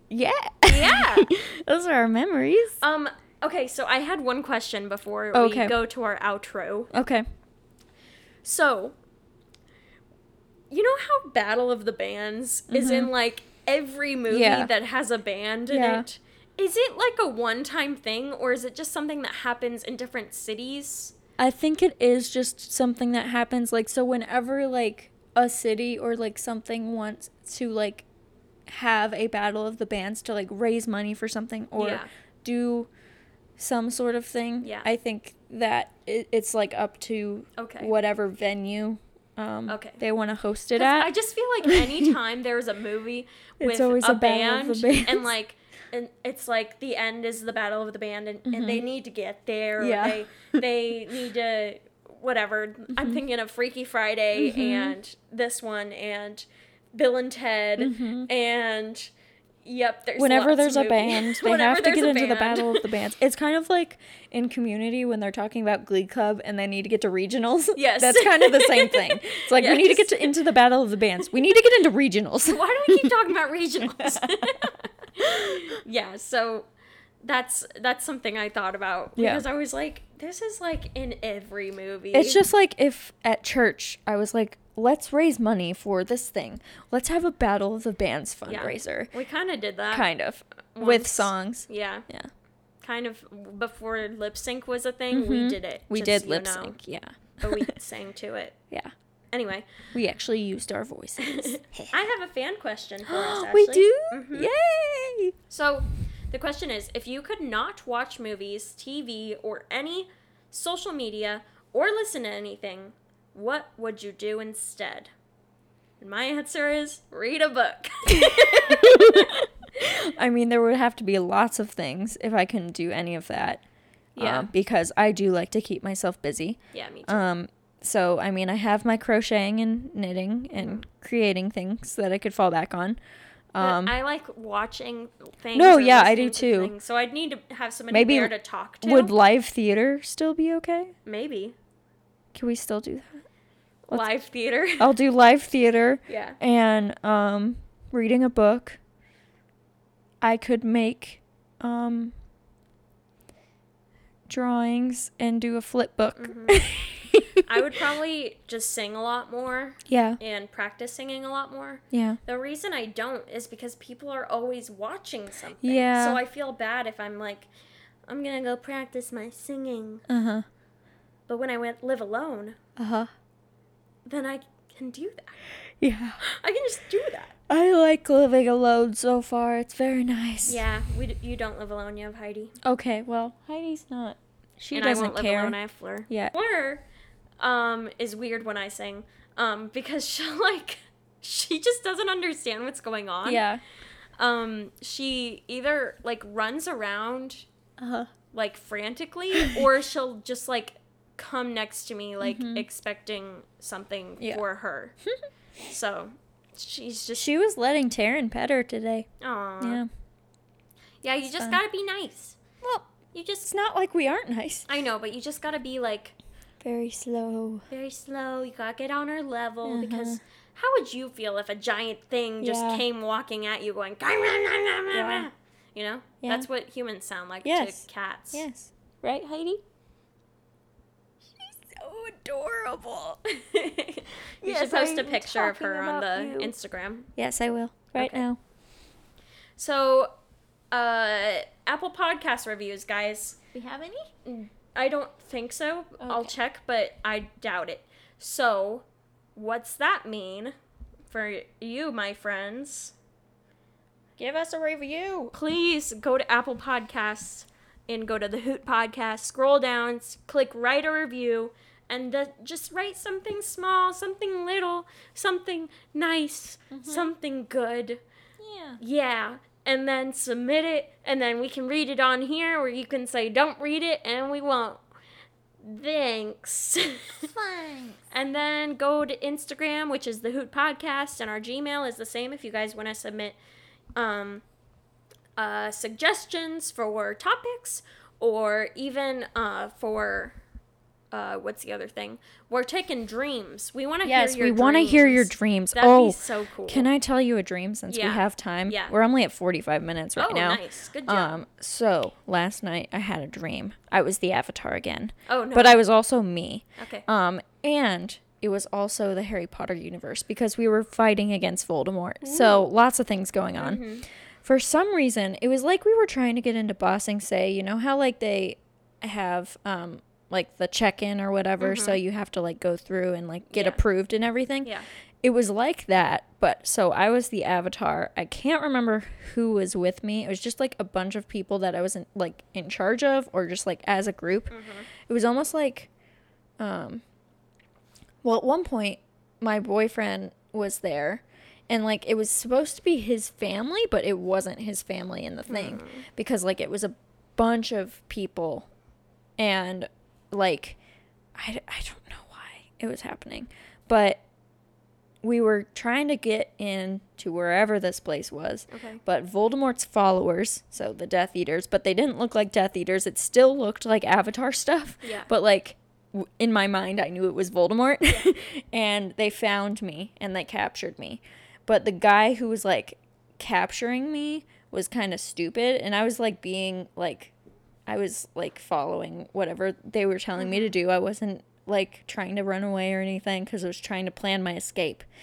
yeah
Yeah.
those are our memories
um okay, so I had one question before we
Okay.
go to our outro.
okay
So you know how Battle of the Bands is in like every movie
Mm-hmm. Yeah.
that has a band in
Yeah.
it? Is it like a one-time thing or is it just something that happens in different cities?
i think it is just something that happens like so whenever like a city or like something wants to like have a battle of the bands to like raise money for something or
Yeah.
do some sort of thing
Yeah.
i think that it, it's like up to
Okay.
whatever venue um
Okay.
they want to host it
'Cause
at
I just feel like anytime there's a movie with
It's always
a,
a
band
battle of the
and
bands.
like and it's like the end is the battle of the band and, and they need to get there or
Mm-hmm. Yeah.
they they need to whatever. I'm
Mm-hmm.
thinking of Freaky Friday and this one and Bill and Ted and yep, there's
Mm-hmm. whenever
lots
there's
of
a
movies.
band, they
Whenever
have to
there's
get
a
into the
band.
battle of the bands. It's kind of like in community when they're talking about Glee Club and they need to get to regionals.
Yes.
That's kind of the same thing. It's like we need to get to, into the battle of the bands. We need to get into regionals.
Why do we keep talking about regionals? yeah, so that's that's something I thought about
Yeah.
because I was like, this is like in every movie.
It's just like if at church I was like, let's raise money for this thing. Let's have a battle of the bands
Yeah.
fundraiser.
We kind of did that.
Kind of.
Once.
With songs.
Yeah,
Yeah.
kind of before lip sync was a thing. We did it.
Mm-hmm. We
just
did
so you
lip
know.
sync. Yeah.
but we sang to it.
yeah.
Anyway,
We actually used our voices.
I have a fan question for us.
we
Ashley.
do?
Mhm.
Yay!
So, the question is if you could not watch movies, TV, or any social media or listen to anything, what would you do instead? And my answer is read a book.
I mean, there would have to be lots of things if I couldn't do any of that.
Yeah.
um, because I do like to keep myself busy.
yeah, me too.
Um, so, I mean, I have my crocheting and knitting and creating things that I could fall back on.
But
Um,
I like watching things.
No,
or
yeah, I do
listening to
too.
things, so I'd need to have somebody
Maybe
there to talk to.
would live theater still be okay?
Maybe
Can we still do that?
live theater.
I'll do live theater
yeah.
and um, reading a book. I could make
Mm-hmm.
um, drawings and do a flip book.
I would probably just sing a lot more
yeah,
and practice singing a lot more.
yeah.
The reason I don't is because people are always watching something.
Yeah.
So I feel bad if I'm like, I'm gonna go practice my singing,
Uh huh.
but when I went live alone,
Uh huh.
then I can do that.
Yeah.
I can just do that.
I like living alone so far. It's very nice.
Yeah. We d- you don't live alone. You have Heidi.
Okay. Well, Heidi's not. She
and I
doesn't
won't live
care.
alone. I have Fleur.
Yeah.
Fleur, um, is weird when I sing, um, because she will like, she just doesn't understand what's going on.
yeah.
Um, she either like runs around
Uh huh.
like frantically or she'll just like come next to me like expecting something
Mm-hmm. Yeah.
for her so she's just
She was letting Taryn pet her today.
aw.
Yeah.
yeah you just
fun.
gotta be nice
Well,
you
it's
just
not like we aren't nice.
i know but you just gotta be like
Very slow.
very slow you gotta get on her level because how would you feel if a giant thing just
Uh-huh. Yeah.
came walking at you going
Yeah.
you know
Yeah.
that's what humans sound like
Yes.
to cats
Yes.
right heidi
So adorable.
you
Yes,
should post a
I'm
picture of her
talking
on the
about you.
Instagram.
Yes, I will. Right
Okay.
now.
So, uh, Apple Podcast reviews, guys. Mm.
We have any?
I don't think so. I'll
Okay.
check, but I doubt it. So, what's that mean for you, my friends? Give us a review. Please go to Apple Podcasts and go to the Hoot Podcast. Scroll down, s- click write a review, and the, just write something small, something little, something nice, something good.
Yeah.
Yeah. And then submit it, and then we can read it on here, or you can say, don't read it, and we won't. Thanks.
Fine.
and then go to Instagram, which is the Hoot Podcast, and our Gmail is the same if you guys want to submit um, uh, suggestions for topics or even uh, for. Uh, what's the other thing? We're taking dreams. We want to
Yes,
hear your
we want to hear your
dreams.
dreams.
That'd
oh,
be so cool.
can I tell you a dream since we
Yeah.
have time?
Yeah.
We're only at 45 minutes right
Oh,
now.
nice. Good job.
Um, so last night I had a dream. I was the avatar again.
Oh, no.
But I was also me.
Okay.
Um, and it was also the Harry Potter universe because we were fighting against Voldemort. So lots of things going on. For some reason, it was like we were trying to get into Bossing Say. You know how like they have um like the check-in or whatever, so you have to like go through and like get
Yeah.
approved and everything.
Yeah.
It was like that, but so I was the avatar. I can't remember who was with me. It was just like a bunch of people that I wasn't like in charge of or just like as a group. It was almost like um, well, at one point, my boyfriend was there, and like it was supposed to be his family, but it wasn't his family in the thing because like it was a bunch of people, and like I, I don't know why it was happening, but we were trying to get in to wherever this place was.
Okay.
But Voldemort's followers, so the Death Eaters, but they didn't look like Death Eaters. It still looked like Avatar stuff.
Yeah.
But like w- in my mind, I knew it was Voldemort. and they found me and they captured me. But the guy who was like capturing me was kind of stupid. And I was like being like, I was like following whatever they were telling
Mm-hmm.
me to do. I wasn't like trying to run away or anything because I was trying to plan my escape.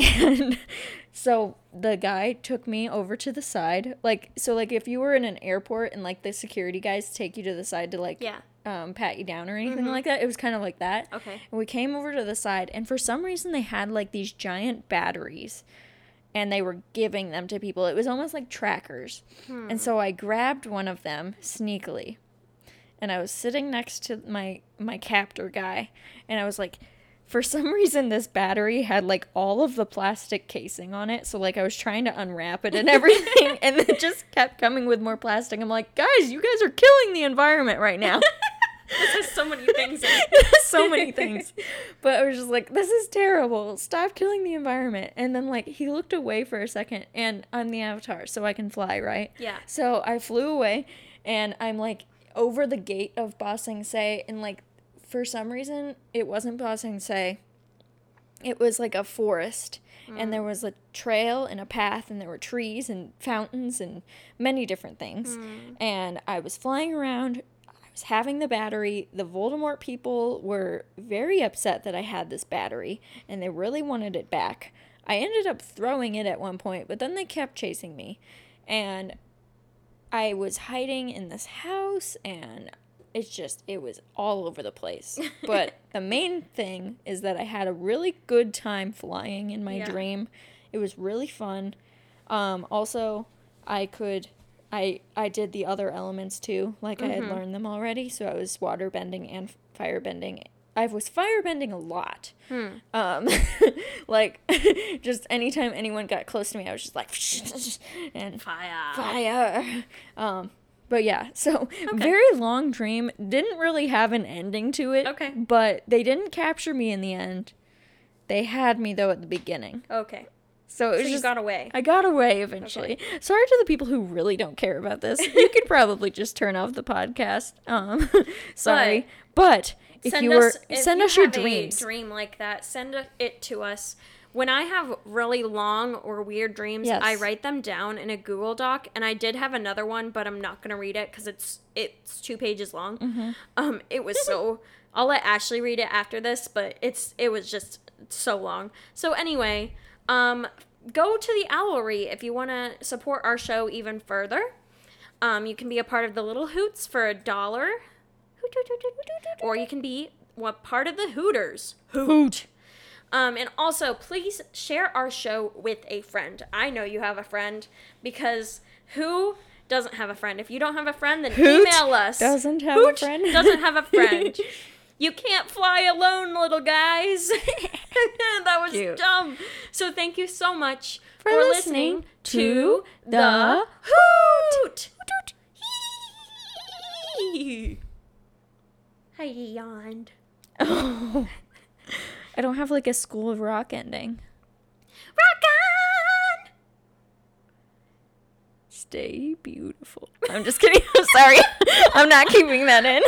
And so the guy took me over to the side. Like, so, like, if you were in an airport and like the security guys take you to the side to like,
Yeah. Mm-hmm.
um, pat you down or anything like that, it was kind of like that.
Okay.
And we came over to the side, and for some reason, they had like these giant batteries and they were giving them to people. It was almost like trackers. And so I grabbed one of them sneakily. And I was sitting next to my my captor guy and I was like for some reason this battery had like all of the plastic casing on it. So like I was trying to unwrap it and everything and it just kept coming with more plastic. I'm like, "Guys, you guys are killing the environment right now."
There's so many things. in it.
so many things. But I was just like, this is terrible. Stop killing the environment. And then, like, he looked away for a second, and I'm the avatar, so I can fly, right?
Yeah.
So I flew away, and I'm like over the gate of Bossing Say, and like, for some reason, it wasn't Bossing Say. It was like a forest, and there was a trail and a path, and there were trees and fountains and many different things. And I was flying around. I was was having the battery. The Voldemort people were very upset that I had this battery and they really wanted it back. I ended up throwing it at one point, but then they kept chasing me. And I was hiding in this house and it's just it was all over the place. But the main thing is that I had a really good time flying in my
Yeah.
dream. It was really fun. Um also I could I I did the other elements too, like I had learned them already, so I was water bending and fire bending. I was fire bending a lot. Um, like just anytime anyone got close to me, I was just like and
Fire.
fire. Um, but yeah, so very long dream. Didn't really have an ending to it.
Okay.
But they didn't capture me in the end. They had me though at the beginning.
Okay.
So it was
So you
just
got away.
I got away eventually. Sorry to the people who really don't care about this. You could probably just turn off the podcast. Um, sorry, but, if you were
if
send
you
us your
have a
dreams.
dream like that, send it to us. When I have really long or weird dreams,
Yes.
I write them down in a Google Doc, and I did have another one, but I'm not gonna read it because it's it's two pages long.
Mm-hmm.
Um, it was so. I'll let Ashley read it after this, but it's it was just so long. So anyway, um, go to the Owlry if you want to support our show even further. Um, you can be a part of the Little Hoots for a dollar, or you can be what part of the Hooters.
Hoot.
Um, and also, please share our show with a friend. I know you have a friend because who doesn't have a friend? If you don't have a friend, then
Hoot
email us.
doesn't have a
Hoot
friend.
Doesn't have a friend. you can't fly alone, little guys. that was
Cute.
dumb. So thank you so much for,
listening to The
Hoot. I yawned.
I don't have like a School of Rock ending.
Rock on.
Stay beautiful. I'm just kidding. I'm sorry. I'm not keeping that in.